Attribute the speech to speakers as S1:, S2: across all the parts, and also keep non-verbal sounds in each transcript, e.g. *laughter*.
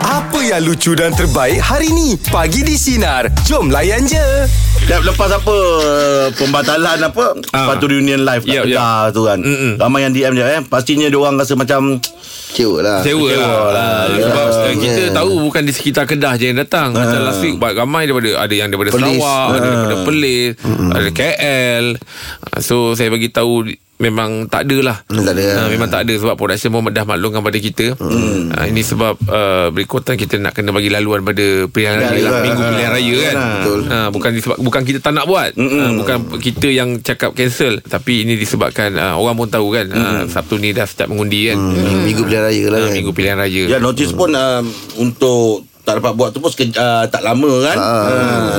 S1: Apa yang lucu dan terbaik hari ni? Pagi di Sinar. Jom layan je.
S2: Dah lepas apa Pembatalan apa ha.
S3: Ah.
S2: Lepas tu reunion live
S3: Yup,
S2: Kat
S3: yup.
S2: Kedah tu kan
S3: Mm-mm.
S2: Ramai yang DM dia eh Pastinya dia orang rasa macam
S4: Kecewa lah
S3: Sewa lah,
S2: Sewa lah.
S3: Ah,
S2: Ya, Ah.
S3: Sebab yeah. kita
S4: yeah.
S3: tahu Bukan di sekitar Kedah je yang datang Macam last week ba- Ramai daripada Ada yang daripada
S4: Perlis.
S3: Sarawak Ada daripada
S2: Ah.
S3: Perlis Ada KL Ah, So saya bagi tahu Memang tak ada lah
S4: Hmm, tak ada.
S2: Ya.
S3: Ah, Memang tak ada Sebab production pun dah maklumkan pada kita
S2: Mm.
S3: Ah, Ini sebab uh, Berikutan kita nak kena bagi laluan Pada pilihan raya
S2: Pilihan
S3: lah
S2: raya.
S3: Minggu
S2: Ah,
S3: pilihan raya kan
S4: betul.
S3: Ah, Bukan disebab, bukan kita tak nak buat Ah, Bukan kita yang cakap cancel Tapi ini disebabkan ah, Orang pun tahu kan Ah, Sabtu ni dah start mengundi
S2: Mm.
S3: kan
S4: Minggu pilihan raya lah
S3: Ah,
S4: kan
S3: Minggu pilihan raya
S2: Ya notis pun um, Untuk tak dapat buat tu pun seke, uh, tak lama kan. Ha.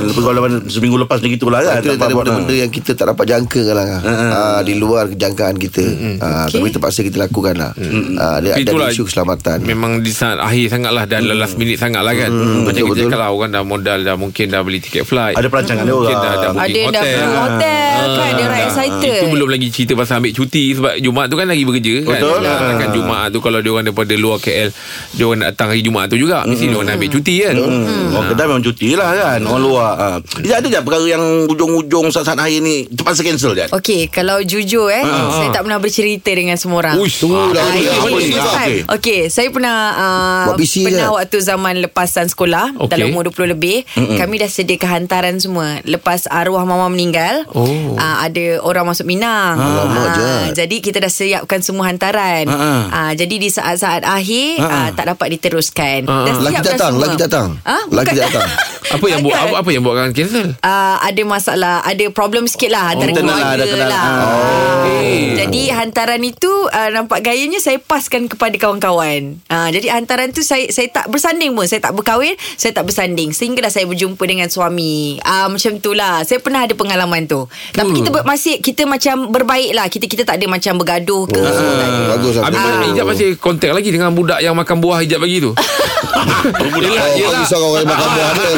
S4: Ah.
S2: lepas kalau seminggu lepas ni gitulah
S3: Ah,
S2: kan. tak dapat
S4: Itu antara
S2: buat
S4: Ah, benda-benda
S3: lah.
S4: yang kita tak dapat jangka kan lah. Ah, di luar jangkaan kita.
S3: Hmm,
S4: Ah, Tapi terpaksa kita lakukan lah. Ah, Dia
S3: Tapi
S4: ada
S3: itulah-
S4: isu keselamatan. Hmm.
S3: Memang di saat akhir sangat lah Dan last minute sangat lah kan Macam kita cakap lah Orang dah modal dah Mungkin dah beli tiket flight
S2: Ah, Ada perancangan dia
S3: Mungkin
S2: orang.
S3: dah, dah
S5: Ada
S3: booking
S5: yang dah
S3: hotel
S5: pergi hotel kan Dia orang excited
S3: Itu belum lagi cerita pasal ambil cuti Sebab Jumaat tu kan lagi bekerja kan?
S2: Betul.
S4: Ah.
S3: Ya, Kan Jumaat tu Kalau diorang daripada luar KL Diorang nak datang hari Jumaat tu juga Mesti diorang nak ambil cuti kan
S2: Hmm. Orang kedai memang cuti lah kan Orang luar ha. Eh, Ada tak perkara yang Ujung-ujung saat-saat akhir ni Terpaksa cancel je
S4: Oh,
S5: Okey, kalau jujur eh, saya tak pernah bercerita dengan semua orang.
S3: Uish ah,
S2: lah.
S5: Ah,
S2: Okey,
S5: ini
S2: apa
S5: first
S2: ni? Ah,
S5: time.
S2: okey.
S5: Okey, saya pernah uh,
S4: Buat PC
S5: pernah
S4: je.
S5: waktu zaman lepasan sekolah
S3: Okey.
S5: dalam umur 20 lebih, kami dah sediakan hantaran semua. Lepas arwah mama meninggal,
S3: Oh.
S5: uh, ada orang masuk Minang.
S4: Alamak,
S5: Ah,
S4: jahat.
S5: jadi kita dah siapkan semua hantaran.
S2: Ah,
S5: Ah, jadi di saat-saat akhir ah, tak dapat diteruskan. Dah siap
S4: Lagi
S5: dah
S4: datang,
S5: semua.
S4: lagi datang.
S5: Ah,
S4: Lagi
S5: bukan- *laughs*
S4: datang.
S3: Apa yang buat apa, apa yang buat orang cancel
S5: uh, ada masalah, ada problem sikit lah antara oh,
S2: internal lah,
S5: keluarga
S2: ada kenal.
S5: lah.
S2: Ah,
S3: okey.
S5: Jadi hantaran itu uh, nampak gayanya saya paskan kepada kawan-kawan. Uh, jadi hantaran tu saya saya tak bersanding pun, saya tak berkahwin, saya tak bersanding sehingga dah saya berjumpa dengan suami. Uh, macam tu lah. Saya pernah ada pengalaman tu. Tapi kita ber, masih kita macam berbaik lah. Kita kita tak ada macam bergaduh ke.
S4: Ah, Bagus lah.
S3: Habis mana Ijab masih kontak lagi Dengan budak yang makan buah Ijab bagi
S4: *laughs*
S3: tu Yelah, Ah,
S4: Oh, kau risau kau orang yang makan buah dia.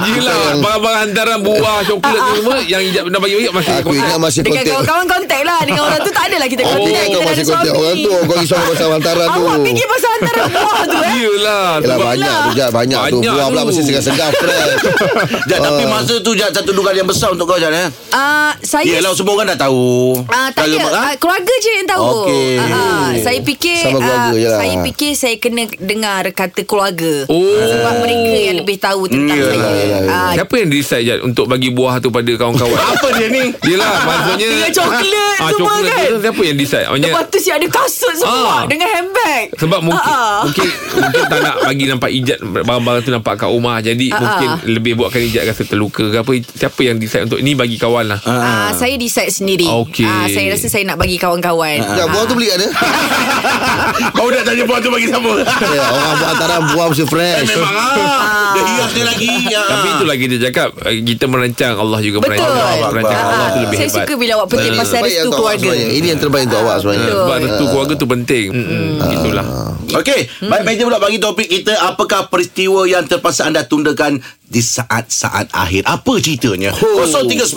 S3: Yelah Barang-barang hantaran Buah,
S5: Ah,
S3: coklat tu semua Yang Ijab nak bagi Ijab Masih
S4: Aku
S3: kontak.
S4: ingat masih
S5: Dengan
S4: kontak.
S5: kawan-kawan kontak lah Dengan orang tu tak adalah kita
S4: Aku
S5: kontak
S4: ingat
S5: Kita
S4: kau
S5: dah
S4: masih
S5: ada
S4: kontak
S5: suami.
S4: orang tu. Kau risau pasal hantaran tu.
S5: Awak fikir pasal hantaran buah tu
S3: *laughs*
S5: eh
S3: Yelah
S4: Yelah
S3: sebab-
S4: banyak tu Jad Banyak tu
S3: lah. Banyak
S4: Buah pula
S3: tu.
S4: mesti segar-segar
S3: *laughs*
S2: Jad,
S4: Ah.
S2: Tapi masa tu Jad, Satu dugaan yang besar untuk kau Jad eh?
S5: Ah, saya
S2: Yelah semua orang kan dah tahu
S5: Ah, tak ada.
S2: Kalau- ha?
S5: Ah, keluarga je yang tahu.
S2: Okey.
S5: Ah, ah, saya fikir
S4: Sama keluarga
S5: ah,
S4: je lah.
S5: saya fikir saya kena dengar kata keluarga.
S3: Oh.
S5: Sebab mereka yang lebih tahu tentang
S2: Yelah,
S5: saya.
S4: yelah,
S5: Ah,
S3: Siapa yang decide Jad Untuk bagi buah tu pada kawan-kawan
S2: Apa dia ni
S3: Yelah maksudnya
S5: Dengan coklat
S3: Ah,
S5: semua
S3: coklat
S5: kan?
S3: tu Siapa yang decide Maksudnya
S5: lepas tu siap ada kasut semua
S3: Ah.
S5: dengan handbag.
S3: sebab mungkin,
S5: Ah, ah.
S3: mungkin mungkin tak nak bagi nampak ijat barang-barang tu nampak kat rumah jadi
S5: Ah,
S3: mungkin
S5: ah.
S3: lebih buatkan ijat rasa terluka ke apa siapa yang decide untuk ni bagi kawan lah
S5: Ah, saya decide sendiri.
S3: Okey.
S5: Ah, saya rasa saya nak bagi kawan-kawan. Ah,
S4: Jad buah tu beli kat
S3: *laughs*
S4: dia
S2: *laughs* Kau nak tanya buah tu bagi siapa *laughs*
S4: Ya, Orang buat hantaran buah mesti fresh
S2: Memang ah. Dia hias dia lagi ah.
S3: Tapi itulah kita cakap eh, Kita merancang Allah juga
S5: Betul.
S3: merancang Merancang
S5: Ah,
S3: Allah tu lebih
S5: saya
S3: hebat
S5: suka bila awak petik pasal
S4: Terbaik
S5: restu
S4: untuk awak
S5: keluarga.
S4: sebenarnya. Ini yang terbaik untuk awak sebenarnya
S5: betul.
S3: Sebab restu keluarga tu penting Mm-mm, Itulah
S2: Okey, hmm. baik meja pula bagi topik kita apakah peristiwa yang terpaksa anda tundakan di saat-saat akhir. Apa ceritanya? Oh.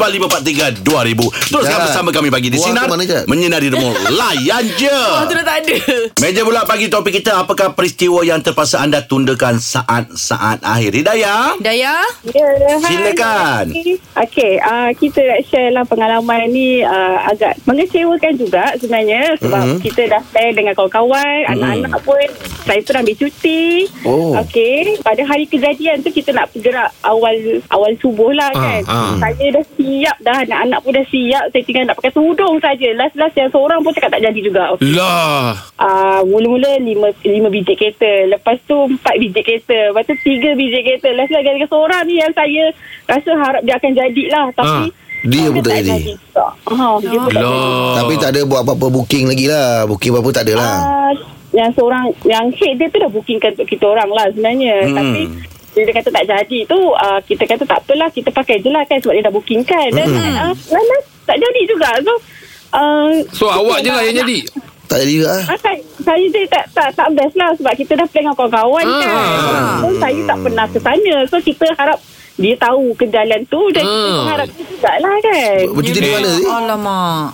S2: 0395432000. Teruskan
S4: Jad.
S2: bersama kami bagi di
S4: Buah tu
S2: sinar
S4: mana, Jad?
S2: menyinari demo layan je.
S5: Ah, tu dah tak ada.
S2: Meja pula bagi topik kita apakah peristiwa yang terpaksa anda tundakan saat-saat akhir. Hidayah,
S5: Daya?
S6: Ya, hai.
S2: Silakan.
S6: Okey, uh, kita nak share lah pengalaman ni uh, agak mengecewakan juga sebenarnya sebab mm-hmm. kita dah plan dengan kawan-kawan, anak-anak pun saya tu nak ambil cuti.
S4: Oh.
S6: Okey, pada hari kejadian tu kita nak bergerak awal awal subuh lah
S3: Ah,
S6: kan.
S3: ah.
S6: Saya dah siap dah, anak-anak pun dah siap. Saya tinggal nak pakai tudung saja. Last-last yang seorang pun cakap tak jadi juga.
S3: Lah
S6: Uh, mula-mula lima, lima biji kereta Lepas tu empat biji kereta Lepas tu tiga biji kereta Last lah gara-gara seorang ni yang saya Rasa harap dia akan jadilah Tapi
S3: Ah,
S4: dia pun tak jadi. Ah.
S6: juga. Ha, dia pun tak jadi
S3: Lah
S4: Tapi tak ada buat apa-apa booking lagi lah Booking apa-apa tak ada lah
S6: Ah, Yang seorang Yang head dia tu dah bookingkan untuk kita orang lah sebenarnya
S2: Hmm.
S6: Tapi bila dia kata tak jadi tu uh, Kita kata tak apalah Kita pakai je lah kan Sebab dia dah bookingkan Dan
S4: Hmm.
S6: uh, last-last tak jadi juga So uh,
S3: So awak je lah yang jadi
S4: Tak jadi juga lah
S6: Ah, saya, saya je tak, tak tak best lah sebab kita dah plan dengan kawan-kawan
S3: Ah.
S6: kan. So, saya tak pernah ke sana. So kita harap dia tahu kejadian tu dan kita
S3: Ah.
S6: harap dia juga lah kan.
S4: Bercuti di mana sih?
S5: Alamak.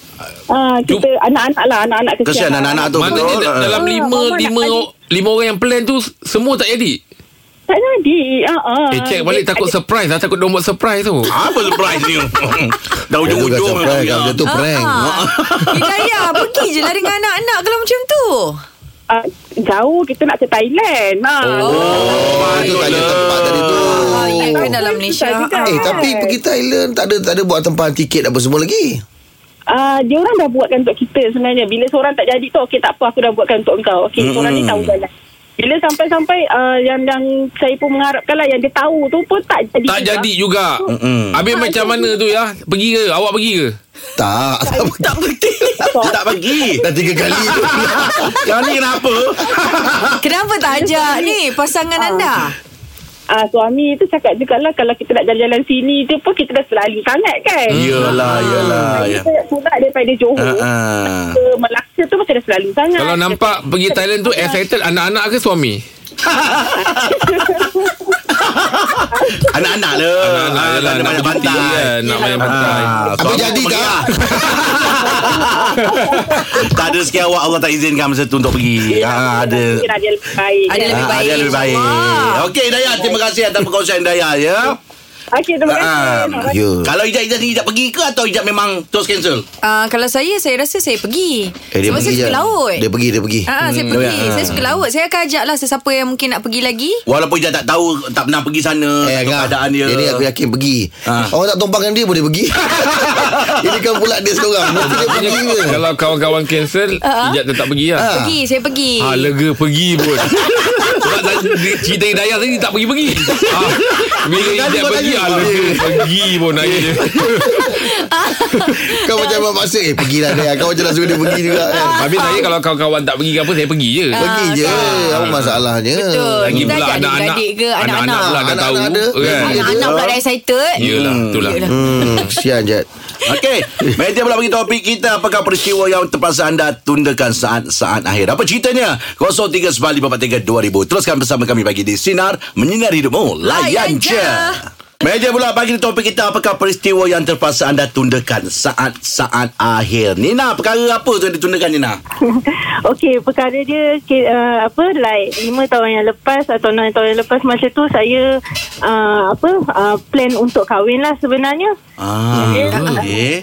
S6: Ah, kita anak-anak lah, anak-anak kesian.
S2: kesian anak-anak tu.
S3: Maknanya da- dalam
S6: Ah,
S3: lima
S6: mama nak
S3: Lima
S6: balik.
S3: o- lima orang yang plan tu Semua tak jadi
S6: Tak jadi. Uh-uh.
S3: Eh check balik takut surprise lah Takut nombor surprise tu
S2: Apa surprise ni *laughs* Dah
S4: Dia bukan
S2: ujung-ujung lah,
S4: surprise Kalau lah dia tu Oh, prank
S5: Ah. Hidayah Pergi je lah dengan anak-anak Kalau macam tu
S6: Uh, jauh kita nak ke Thailand. Ha.
S4: Oh Itu tanya tempat tadi tu
S5: oh, Ya ke dalam Malaysia
S6: Susah juga.
S5: Ah.
S4: Eh tapi pergi Thailand Tak ada tak ada buat tempahan tiket Apa semua lagi
S6: Uh, dia orang dah buatkan untuk kita sebenarnya. Bila seorang tak jadi tu, okey tak apa aku dah buatkan untuk engkau. Okey, mm-hmm. seorang ni tahu jalan. Bila sampai-sampai uh, yang yang saya pun mengharapkan lah yang dia tahu tu pun tak jadi.
S3: Tak
S6: juga.
S3: jadi juga
S2: Mm-mm.
S3: Habis
S6: Tak
S3: macam
S6: jadi.
S3: mana tu ya Pergi ke Awak pergi ke
S4: Tak Tak pergi
S2: Dia tak bagi
S4: Dah tiga *laughs* kali tu
S2: Yang ni kenapa
S5: *laughs* Kenapa tak ajak ni Pasangan anda
S6: Ah, suami tu cakap juga lah kalau kita nak jalan-jalan sini dia pun kita dah selalu sangat kan.
S2: Yelah Yelah ya.
S6: Kita pula daripada
S2: Ah,
S6: Johor
S2: ah.
S6: ke Melaka tu macam dah selalu sangat.
S3: Kalau nampak Pergi Thailand tu Excited anak-anak ke suami
S2: Anak-anak lah Ah,
S3: Anak-anak je lah,
S2: tak ada banyak Ah.
S3: nak bercuti
S2: pantai
S3: kan, nak main pantai.
S4: Apa jadi
S3: lah.
S4: tak
S2: *laughs* Tak ada rezeki awak Allah tak izinkan masa tu untuk pergi ha, Ada
S6: Kira dia lebih baik.
S5: Ada lebih
S2: Ah,
S5: baik,
S2: Ada lebih baik
S5: insyaAllah.
S2: Okey Daya Terima kasih atas perkongsian Daya ya
S6: Okey, terima kasih.
S2: Ah,
S6: Terima kasih.
S4: Ya
S2: Kalau Ijat-Ijat ni Ijat pergi ke Atau Ijat memang terus cancel
S5: uh, Kalau saya Saya rasa saya pergi
S4: Eh, dia
S5: Sebab saya
S4: pergi
S5: suka
S4: je.
S5: laut
S4: Dia Hmm. Oh, ya. pergi, dia pergi.
S5: Ah, ah, saya pergi. Saya suka laut. Saya akan ajak lah sesiapa yang mungkin nak pergi lagi.
S2: Walaupun Ijat tak tahu Tak pernah pergi sana tak
S4: Eh,
S2: tahu
S4: Angah,
S2: Keadaan dia
S4: dia ni aku yakin pergi
S2: Ha.
S4: Orang tak tumpangkan dia boleh pergi *laughs* Ini kan pula dia seorang Mesti dia pergi ke
S3: Kalau kawan-kawan cancel Ijat tetap pergi lah
S4: Ah.
S5: Pergi, saya pergi.
S3: Ah lega pergi pun Sebab tadi- cerita Hidayah tadi tak pergi-pergi ah, Bila
S4: Kan
S3: Ijat
S4: buat
S3: pergi
S4: lagi.
S3: ah, lega
S4: *laughs*
S3: pergi pun akhirnya
S4: Kau macam memaksa Eh pergilah dia Kau macam nak suruh dia pergi juga kan
S3: Habis saya kalau kawan-kawan tak pergi ke apa Saya pergi je
S4: Pergi je Apa masalahnya
S5: Betul.
S3: Lagi
S5: Ah, Kita
S3: pula
S5: ajak
S3: anak-anak
S5: adik-adik ke
S3: Anak-anak pula
S5: anak-anak.
S3: dah
S4: Anak-anak
S3: tahu
S4: ada.
S3: kan.
S5: Anak-anak pula dah excited.
S3: Yelah itulah
S4: Hmm Sian je
S2: Okey, meja pula bagi topik kita apakah peristiwa yang terpaksa anda tundakan saat-saat akhir. Apa ceritanya? 0395432000. Teruskan bersama kami bagi di Sinar Menyinari Hidupmu. Layan
S5: Layan
S2: je.
S5: je.
S2: Meja pula bagi topik kita apakah peristiwa yang terpaksa anda tundakan saat-saat akhir. Nina, perkara apa tu yang ditundakan Nina?
S6: *laughs* Okey, perkara dia ke- uh, apa like 5 tahun yang lepas atau 6 tahun yang lepas masa tu saya uh, apa uh, plan untuk kahwin lah sebenarnya.
S2: Ah,
S6: okey.
S2: okey.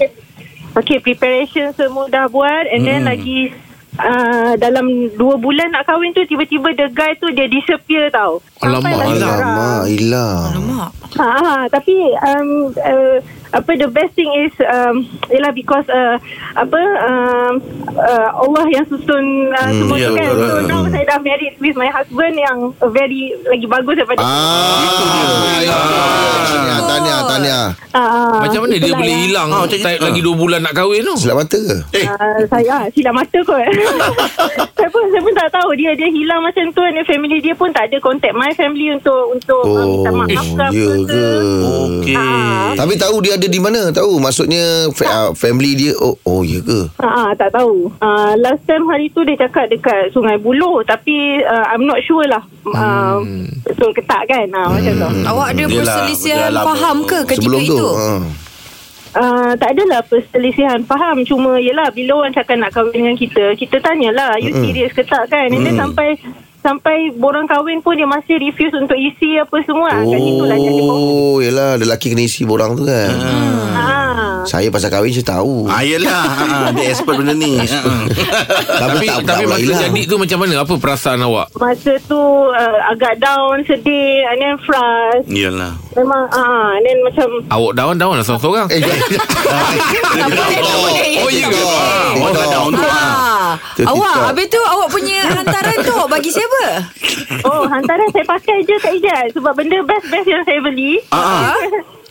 S6: Okey, preparation semua dah buat and then lagi uh, dalam 2 bulan nak kahwin tu tiba-tiba the guy tu dia disappear
S3: Oh,
S6: tau. Sampai
S3: Alamak,
S6: lagi sekarang.
S4: Alamak Hilang
S5: Mak.
S6: Ha, ha, tapi um, uh, apa the best thing is um, ialah because uh, apa um, uh, Allah yang susun uh,
S4: Hmm,
S6: semua
S2: ya,
S6: tu kan.
S2: betul.
S6: So now saya dah married with my husband yang very lagi bagus daripada
S4: Ah, ya. Tahniah, tahniah, tahniah.
S6: Ah,
S3: Macam mana dia
S6: itulah
S3: boleh
S6: yang,
S3: hilang
S2: Ah, macam
S3: Type
S2: gitu.
S3: lagi 2 bulan nak kahwin tu
S4: Silap mata ke?
S2: Eh,
S6: Uh, saya ah, silap mata kot *laughs* saya pun saya pun tak tahu dia dia hilang macam tu dan family dia pun tak ada contact my family untuk untuk oh, uh, minta maaf ke apa
S4: ya
S6: ke
S4: ke?
S2: Ah.
S4: Tapi tahu dia ada di mana? Tahu maksudnya fa- ah, family dia oh oh ya ke?
S6: Ah, ah, tak tahu. Ah, last time hari tu dia cakap dekat Sungai Buloh tapi uh, I'm not sure lah. Ah, betul ke tak kan? Ah, macam tu.
S4: Hmm.
S5: Awak ada
S2: Yelah,
S5: perselisihan
S2: berdalam.
S5: faham ke ketika
S4: Sebelum tu.
S5: itu?
S4: ah.
S6: Ah, tak adalah perselisihan faham cuma yelah bila orang cakap nak kahwin dengan kita, kita tanyalah you serious ke tak kan? And then sampai sampai borang kahwin pun dia masih refuse untuk isi apa semua. Oh.
S7: Kan,
S6: Kat
S7: lah,
S6: situlah jadi problem.
S4: Oh, yelah lelaki kena isi borang tu kan.
S6: Ah.
S4: Saya pasal kahwin saya tahu.
S2: Ah, yelah. Ah, ah, dia expert benda ni. Ah, ah. *laughs*
S3: Tapi
S4: tak- lah. tak
S3: tapi
S4: pula
S3: masa
S4: hilang.
S3: jadi tu macam mana Apa perasaan awak
S6: Masa tu uh, agak down, sedih and then frust.
S2: Yelah.
S6: Memang ah, and then macam
S3: Awak down-down lah seorang-seorang
S4: Eh, jangan-
S5: *laughs*
S3: *laughs*
S5: Tak boleh, tak boleh.
S3: Oh ya ke Ah,
S2: Oh, tak ada untuk.
S5: Ah,
S4: Dia
S5: awak
S4: TikTok.
S5: habis tu awak punya hantaran tu awak bagi siapa?
S6: Oh, hantaran saya pakai je Kak Ijaz Sebab benda best-best yang saya beli
S2: Ah, ah.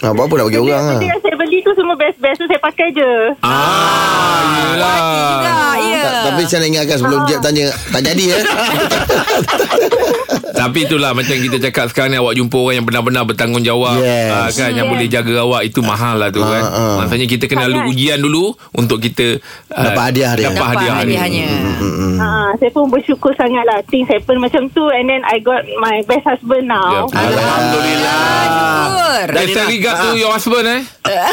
S4: Ah, apa-apa nak bagi orang ah.
S6: Benda yang saya beli tu semua best-best tu saya pakai je
S3: Ah Yelah
S5: Juga, ya.
S4: Ta- Ah. Tapi saya nak ingatkan sebelum
S7: Ah.
S4: Jeb tanya Tak jadi eh
S3: Tapi itulah macam kita cakap sekarang ni awak jumpa orang yang benar-benar bertanggungjawab
S4: Yes.
S3: ah, kan yang boleh jaga awak itu mahal lah tu kan.
S4: ah.
S3: Maksudnya kita kena lalu ujian dulu untuk kita ah,
S4: Dapat hadiah dia.
S3: Dapat,
S5: Dapat
S3: hadiah. ni.
S5: hadiahnya.
S4: Hmm.
S6: ha, Saya pun bersyukur sangat lah Things happen macam tu And then I got my best husband now
S3: Ya.
S2: Alhamdulillah.
S5: Syukur.
S3: Dan saya regard
S4: Ah,
S3: to your husband eh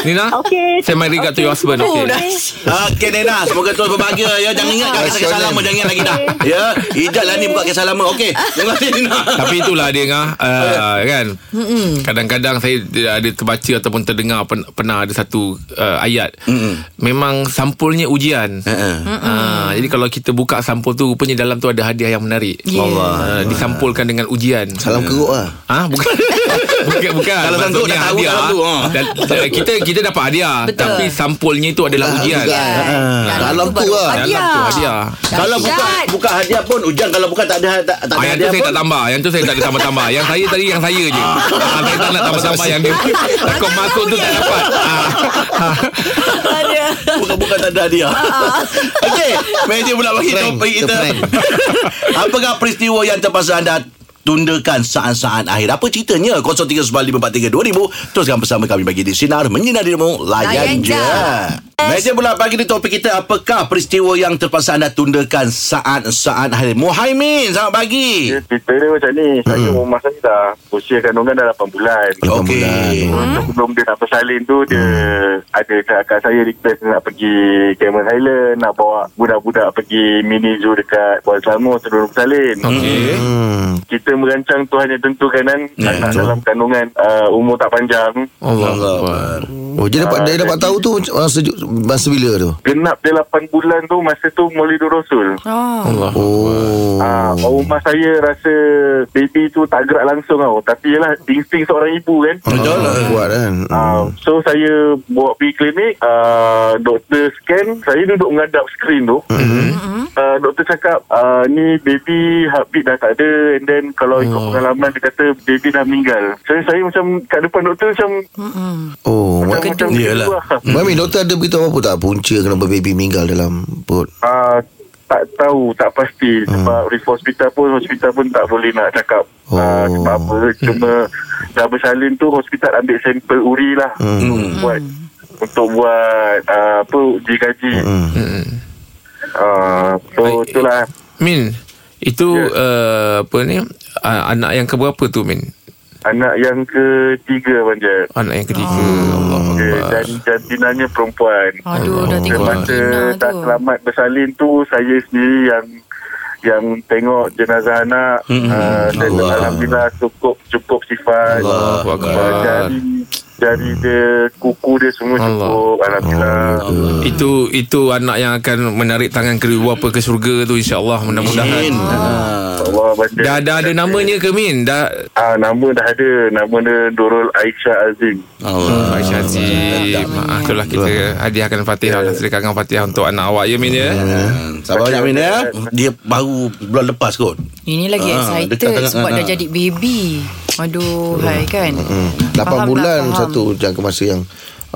S3: Nina
S6: Okay.
S3: Send my regard to your husband
S5: Oh,
S3: okay.
S5: dah.
S2: Ah, Okey Nena Semoga terus berbahagia ya. Jangan ingat kisah kisah lama Jangan ingat lagi dah Ya Ijat lah ni buka kisah lama Okey Terima kasih
S3: *laughs*
S2: Nena
S3: Tapi itulah dia ngah uh, kan. Kadang-kadang saya ada terbaca ataupun terdengar pen, pernah ada satu uh, ayat. Mm-mm. Memang sampulnya
S4: Eh,
S3: ujian.
S2: Mm-mm.
S3: Uh, jadi kalau kita buka sampul tu rupanya dalam tu ada hadiah yang menarik.
S5: Yeah.
S3: Allah. Uh, disampulkan dengan ujian.
S4: Salam keruk lah
S3: Ah
S2: *laughs*
S3: bukan bukan bukan
S2: Kalau sanggup
S3: Maksudnya
S2: dah tahu
S3: hadiah,
S2: dalam tu, ha.
S3: dan, dan kita kita dapat hadiah
S5: Betul.
S3: tapi sampulnya itu adalah ujian.
S4: Ah, Dalam tu lah.
S3: Dalam
S5: Hadiah.
S3: tu hadiah.
S2: Kalau buka
S5: Dahsyat.
S2: buka hadiah pun Ujang kalau buka tak ada tak, tak ada
S3: Ah, yang tu
S2: hadiah
S3: saya
S2: pun
S3: tak tambah Yang tu saya tak ada tambah-tambah Yang saya tadi yang saya je ah, Saya tak nak tambah-tambah Yang
S5: *laughs*
S3: dia Takut masuk tu tak dapat ah.
S5: Ada.
S2: Bukan-bukan tak ada
S5: *laughs*
S2: hadiah Okey Meja pula bagi
S4: Prank,
S2: topik
S4: itu
S2: kita
S4: prank.
S2: *laughs* Apakah peristiwa yang terpaksa anda tundakan saat-saat akhir Apa ceritanya 0395432000 Teruskan bersama kami bagi di Sinar Menyinari Demo Layan
S5: Layan
S2: je
S5: je.
S2: Meja pula pagi di topik kita Apakah peristiwa yang terpaksa anda tundakan saat-saat akhir Muhaimin selamat pagi
S4: Ya,
S7: Dia cerita dia macam ni Saya rumah saya dah Usia kandungan dah 8 bulan
S2: Hmm. Oh, Okey Hmm.
S7: So, Sebelum dia nak bersalin tu Dia Ada kakak saya request dia Nak pergi Cameron Highland Nak bawa budak-budak Pergi mini zoo dekat Kuala Selangor Sebelum bersalin
S3: Okey.
S4: Hmm
S7: Kita merancang tu hanya tentu kanan
S2: Ya,
S7: Anak
S2: betul.
S7: dalam kandungan uh, Umur tak panjang
S3: Allah
S2: Allah
S3: Akbar.
S4: Oh dia dapat dia dapat tahu tu masa masa bila tu?
S7: Genap dia 8 bulan tu Masa tu Maulidur Rasul
S5: Oh.
S3: Allah
S4: Oh.
S7: Ah, oh. rumah saya rasa baby tu tak gerak langsung tau. Tapi yelah, insting seorang ibu kan.
S2: Betul lah.
S4: Kuat kan.
S7: Uh, so saya bawa pergi klinik uh, Doktor scan Saya duduk mengadap skrin tu mm-hmm. uh, Doktor cakap uh, Ni baby heartbeat dah tak ada And then kalau ikut pengalaman Dia kata baby dah meninggal So saya macam Kat depan doktor macam
S4: Oh.
S7: Macam,
S4: Ma-
S7: macam
S2: Yelah.
S7: gitu lah.
S4: Mami doktor ada beritahu apa tak punca kenapa baby meninggal dalam perut?
S7: Ah, tak tahu tak pasti sebab hmm. hospital pun hospital pun tak boleh nak cakap oh.
S4: Oh.
S7: sebab apa cuma dah bersalin tu hospital ambil sampel uri lah untuk buat untuk buat uh, apa uji kaji hmm. Uh, so
S3: Baik.
S7: itulah
S3: Min Itu uh, Apa ni uh, Anak yang keberapa tu Min
S7: anak yang ketiga panjat
S3: Anak yang ketiga Allah
S7: okay,
S3: Akbar.
S7: dan jantinanya perempuan
S5: Ah. Aduh, dah
S7: Dia
S5: tengok
S7: masa
S5: Tina
S7: tak
S5: tu.
S7: selamat bersalin tu saya sendiri yang yang tengok jenazah anak hmm. uh, dan
S2: Allah.
S7: alhamdulillah cukup cukup sifat
S2: Allah
S3: Akbar.
S7: Uh, jari jari dia kuku dia semua
S3: Allah.
S7: cukup alhamdulillah
S3: Itu itu anak yang akan menarik tangan kedua apa ke surga tu insyaallah mudah-mudahan.
S2: Muhaimin Ah.
S7: Allah banyak
S3: Dah dah ada namanya ke Min? Dah
S7: ah nama dah ada nama dia Dorul Aisyah Azim
S2: Allah
S3: Aisyah Azim. Ah, itulah kita hadiahkan Fatihah dan sedekahkan Fatihah untuk anak awak ya Min ya.
S2: Hmm, Sabar banyak Min ya Dia baru bulan lepas kot
S5: Ini lagi
S2: Ah, dekat
S5: excited
S2: sangat
S5: sebab
S2: kan,
S5: dah
S2: ah.
S5: jadi baby. Aduh, hai kan.
S4: Hmm. 8
S5: Faham
S4: bulan
S5: tak? Faham.
S4: satu jangka masa yang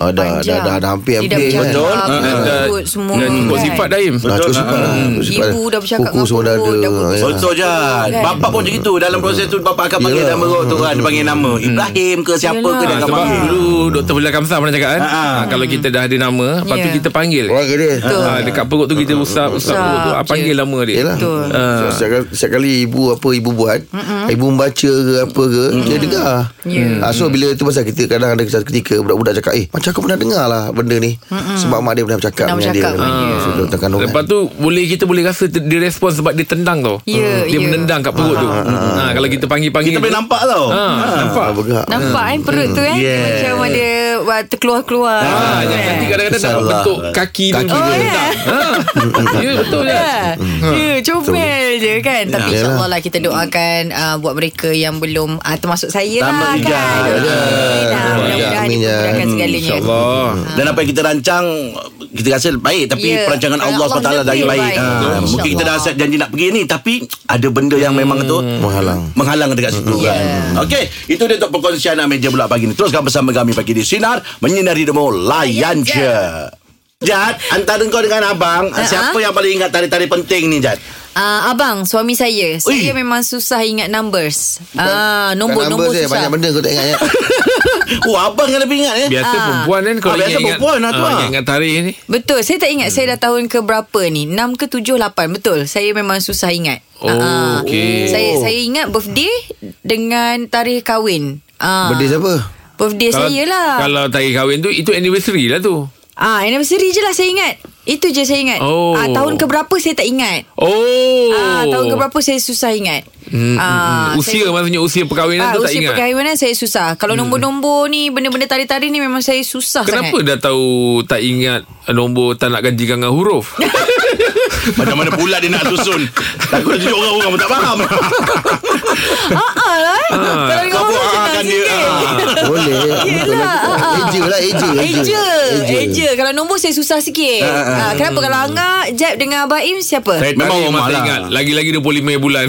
S4: uh, dah, dah,
S5: Panjang.
S4: dah, dah hampir-hampir
S5: Tidak
S4: kan.
S5: bercakap,
S2: Betul.
S5: tidak
S3: Ah, Dan dah
S5: sebut semua
S3: dah cukup
S5: kan.
S3: sifat dah Im.
S4: Nah, cukup sifat lah,
S3: Hmm.
S4: cukup
S5: Ibu
S4: sifat.
S5: dah bercakap
S4: Kuku
S5: dengan
S4: semua dah
S5: perut,
S4: ada
S5: dah putus.
S4: ya.
S2: Betul je
S5: Kan?
S2: Bapak pun macam gitu Dalam proses tu Bapak akan panggil
S4: Yelah.
S2: nama kau tu kan Dia panggil nama Ibrahim ke siapa ke Dia
S3: Ah,
S2: akan
S3: sebab
S2: panggil
S3: dulu Dr. Bila Kamsah pernah cakap kan
S2: Ah, ah.
S3: ah, Kalau kita dah ada nama Lepas tu
S5: Yeah.
S3: kita panggil
S4: Orang kena
S5: Betul.
S3: ah, Dekat perut tu kita usap Usap
S5: Usap
S3: perut tu ah,
S5: je.
S3: Panggil nama dia
S4: Yelah
S5: Betul.
S3: Ah.
S4: So, setiap, kali- setiap kali ibu apa ibu buat Ibu membaca ke apa ke Dia dengar
S5: Ya.
S4: Ah, So bila tu pasal kita Kadang ada satu ketika Budak-budak cakap Eh macam aku pernah dengar lah benda ni Sebab mak dia pernah bercakap
S5: Pernah
S4: dengan dia kan?
S5: bercakap dengan
S4: So dia tekan orang
S3: Ah. Lepas tu boleh kita boleh rasa te- dia respon sebab dia tendang tau. Hmm.
S5: Ya,
S3: dia
S5: ya.
S3: menendang kat perut
S4: Ah,
S3: tu. Ha, kalau kita panggil-panggil
S2: Kita boleh
S3: tu-
S2: nampak tau
S3: Ha, nampak.
S4: Bergerak
S5: Nampak kan perut tu kan
S4: Hmm.
S2: Yeah.
S5: Macam ada wah, Terkeluar-keluar
S4: Ah,
S3: Ha, yang
S5: kan?
S3: nanti kadang-kadang dapat
S2: Salah.
S3: bentuk kaki tu.
S4: lah. Kaki
S3: Oh,
S4: dia.
S3: tendang. Ha. *laughs* Ya, betul je.
S5: Ya,
S4: Hmm.
S5: ya comel je kan Tapi insyaAllah lah kita doakan uh, Buat mereka yang belum uh, Termasuk saya
S2: Tambah
S5: lah
S2: tiga.
S5: kan
S2: Ya.
S5: Alhamdulillah. Mudah-mudahan
S4: Amin, ya.
S5: dipermudahkan segalanya
S3: Allah.
S2: Dan apa yang kita rancang Kita rasa baik Tapi
S5: Ya.
S2: perancangan
S5: Kalau
S2: Allah
S5: Allah
S2: SWT lagi
S5: lebih
S2: baik
S5: baik.
S2: Ha,
S5: Betul.
S2: Mungkin kita dah
S5: InsyaAllah.
S2: set janji nak pergi ni Tapi ada benda yang memang tu
S4: Menghalang.
S2: Hmm. Menghalang dekat
S5: Hmm.
S2: situ kan
S5: Ya.
S2: Okey Itu dia untuk perkongsian meja bulat pagi ni Teruskan bersama kami pagi di Sinar Menyinari Demo Layan
S5: Ya,
S2: je Jad, antara kau dengan abang, siapa yang paling ingat tarik-tarik penting ni,
S5: *laughs*
S2: Jad?
S5: Ah, abang, suami saya. Saya
S2: Ui.
S5: memang susah ingat numbers. Ah,
S4: Kan
S5: nombor-nombor
S4: saya, eh,
S5: susah.
S4: Banyak benda kau tak ingat ya
S2: Oh, abang yang lebih ingat eh.
S3: Biasa
S5: Ah.
S3: perempuan kan kalau
S2: Ah, biasa
S3: ingat-ingat.
S2: perempuan lah tu,
S3: ah,
S2: ah.
S3: Ingat tarikh
S5: Eh,
S3: ni.
S5: Betul, saya tak ingat
S3: Hmm.
S5: saya dah tahun ke berapa ni. 6 ke 7, 8. Betul, saya memang susah ingat.
S3: Oh,
S5: Ah, ah.
S3: okey.
S5: Saya saya ingat birthday dengan tarikh kahwin. Ah.
S4: Benda siapa
S5: Birthday
S3: kalau,
S5: saya lah
S3: Kalau tarikh kahwin tu Itu anniversary lah tu
S5: Ah, anniversary je lah saya ingat Itu je saya ingat
S3: Oh.
S5: ah, Tahun keberapa saya tak ingat
S3: Oh
S5: ah, Tahun keberapa saya susah ingat Ah,
S3: Hmm, hmm, hmm. Usia
S5: saya- ah,
S3: maksudnya Usia perkahwinan tu tak
S5: usia
S3: ingat Hmm.
S5: perkahwinan saya susah. Kalau nombor-nombor ni, benda-benda tarik-tarik ni memang saya susah
S3: Kenapa
S5: sangat.
S3: dah tahu Tak ingat Nombor tak nak ganjikan dengan huruf
S2: Macam mana pula dia nak susun Takut jadi orang-orang pun tak faham
S5: Ah, lah. eh. Kalau dengan
S2: Kau
S5: orang
S2: buat
S5: senang
S2: kan dia
S5: sikit.
S2: ah.
S4: Boleh Betul
S5: Yelah,
S4: lah
S5: ah, ah.
S4: Eja lah Eja
S5: Eja Eja Kalau nombor saya susah sikit ah, Kenapa kalau Angga Jeb dengan Abah Im Siapa?
S3: Saya
S2: Memang Ah.
S3: memang
S2: rumah
S3: masih
S2: lah.
S3: ingat Lagi-lagi 25 bulan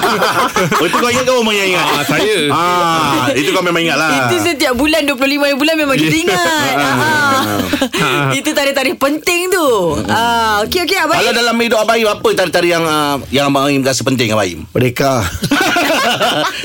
S2: Oh, Itu kau ingat ke orang yang ingat
S3: Ah, saya.
S2: ah, Itu kau memang ingat lah
S5: Itu setiap bulan 25 bulan memang *laughs* kita ingat Ah, ah. *laughs* Itu tarikh-tarikh penting tu ah, Okey okey Abah
S2: Kalau
S5: Im
S2: dalam hidup Abang Im Apa tarik-tarik yang ah, Yang Abang Im rasa penting Abang
S5: *laughs*
S2: Im
S4: Mereka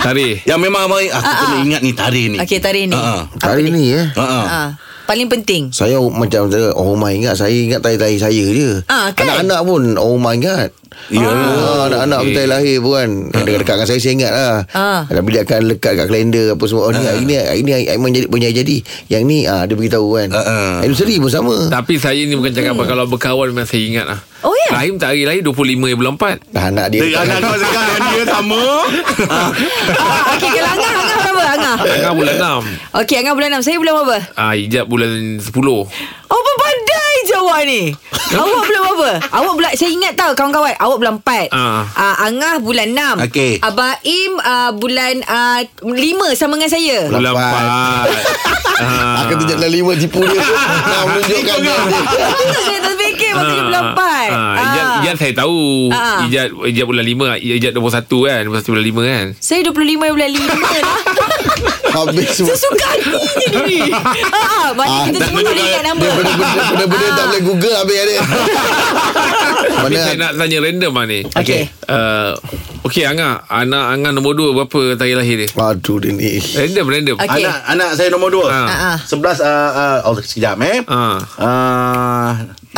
S3: Tarikh
S2: Yang memang Abang Im Aku kena ingat ni tarik ni
S5: Ah, Okey tarikh ni
S2: Ah,
S4: Hari ni eh
S2: ah. Ah, ah.
S5: ah, Paling penting
S4: Saya macam tu, Orang rumah ingat Saya ingat tahi-tahi saya je
S5: Ah, kan?
S4: Anak-anak pun Orang rumah ingat Ya yeah. ah, Anak-anak okay. pun lahir pun kan Dekat-dekat dengan saya Saya ingat lah
S5: Ah.
S4: Tapi dia akan lekat kat kalender Apa semua Oh ni hari ni Hari ni Aiman jadi, punya jadi Yang ni ah, Dia beritahu kan
S2: Ah, ah.
S4: Anniversary pun sama
S3: Tapi saya ni bukan cakap apa Kalau berkawan memang saya ingat lah
S5: Hmm. Oh, ya?
S3: Rahim tak hari lahir 25 bulan 4
S4: Dah anak dia
S2: Dia anak kau sekarang Dia
S5: *laughs*
S2: sama
S5: ah, Okey kalau Angga Angga berapa Angga?
S3: Tengah
S5: Eh.
S3: bulan 6
S5: Okey Angga bulan 6 Saya bulan berapa?
S3: Ah, Ijab bulan 10
S5: Apa pandai je awak ni Awak bulan apa Awak bulan Saya ingat tau kawan-kawan Awak bulan 4
S3: Ah.
S5: uh, Angah bulan 6
S2: Okey.
S5: Abah Im uh, bulan uh, 5 sama dengan saya
S3: Bulan 4
S5: *laughs*
S3: ah.
S4: Aku tunjuk dalam lima tipu *laughs* dia Nak menunjukkan dia
S5: Itu tak saya terfikir Maksudnya bulan 4
S3: ah, Ijat, Ijat saya tahu
S5: Ah.
S3: Ijat, Ijat bulan 5 Ijat 21 kan 21 bulan 5
S5: *laughs*
S3: kan
S5: Saya 25 bulan 5 lah
S4: Habis semua
S5: Sesuka hatinya dia ni ah, ah, Maknanya kita semua tak boleh ingat
S4: Dia
S5: nombor
S4: benda-benda
S3: *laughs*
S4: benda-benda tak boleh google Habis dia
S3: Tapi
S4: Mana
S3: Ah. saya nak tanya random lah ni
S5: Okey.
S3: uh, Okey Angah Anak Angah nombor 2 Berapa tarikh lahir dia
S4: Aduh dia ni
S3: Random random
S5: Okey.
S2: Anak anak saya nombor dua
S3: Ah.
S5: Ah, ah.
S2: Sebelas ah, ah, Oh sekejap eh
S3: Ah.
S2: Ah,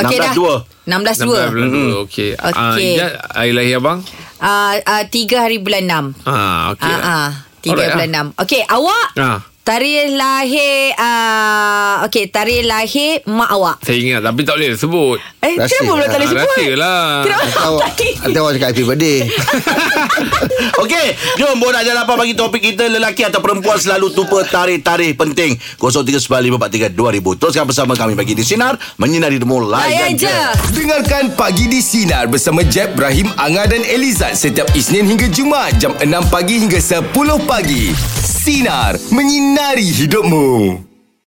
S5: Okey dah
S2: 16 dua
S5: 16
S3: Enam belas
S5: 2
S3: bulan dua Okey Ah,
S5: Mhm. Okey.
S3: Ijat Hari lahir abang
S5: uh, uh, 3 hari bulan 6
S3: Ah, okey.
S5: Ah, ah. Tiga
S3: Alright,
S5: Alright, bulan
S3: ah.
S5: enam. Okey, awak
S3: Ah.
S5: tarikh lahir uh, okey, tarikh lahir mak awak.
S3: Saya ingat tapi tak boleh sebut.
S5: Eh,
S4: Rahsia
S5: kenapa pula tak boleh
S3: Ah,
S5: sebut?
S3: rahsia lah.
S5: Kenapa?
S4: Atau,
S5: Tadi.
S4: atau awak cakap happy birthday
S2: Okey, jom borak jalan apa bagi topik kita lelaki atau perempuan selalu tupa tarikh-tarikh penting. 0395432000. Teruskan bersama kami bagi di sinar menyinari demo
S4: kan,
S5: Layan
S2: layan
S5: je.
S2: je.
S1: Dengarkan Pagi di Sinar bersama Jeb, Ibrahim, Anga dan Elizad setiap Isnin hingga Jumaat jam 6 pagi hingga 10 pagi. Sinar, menyinari hidupmu.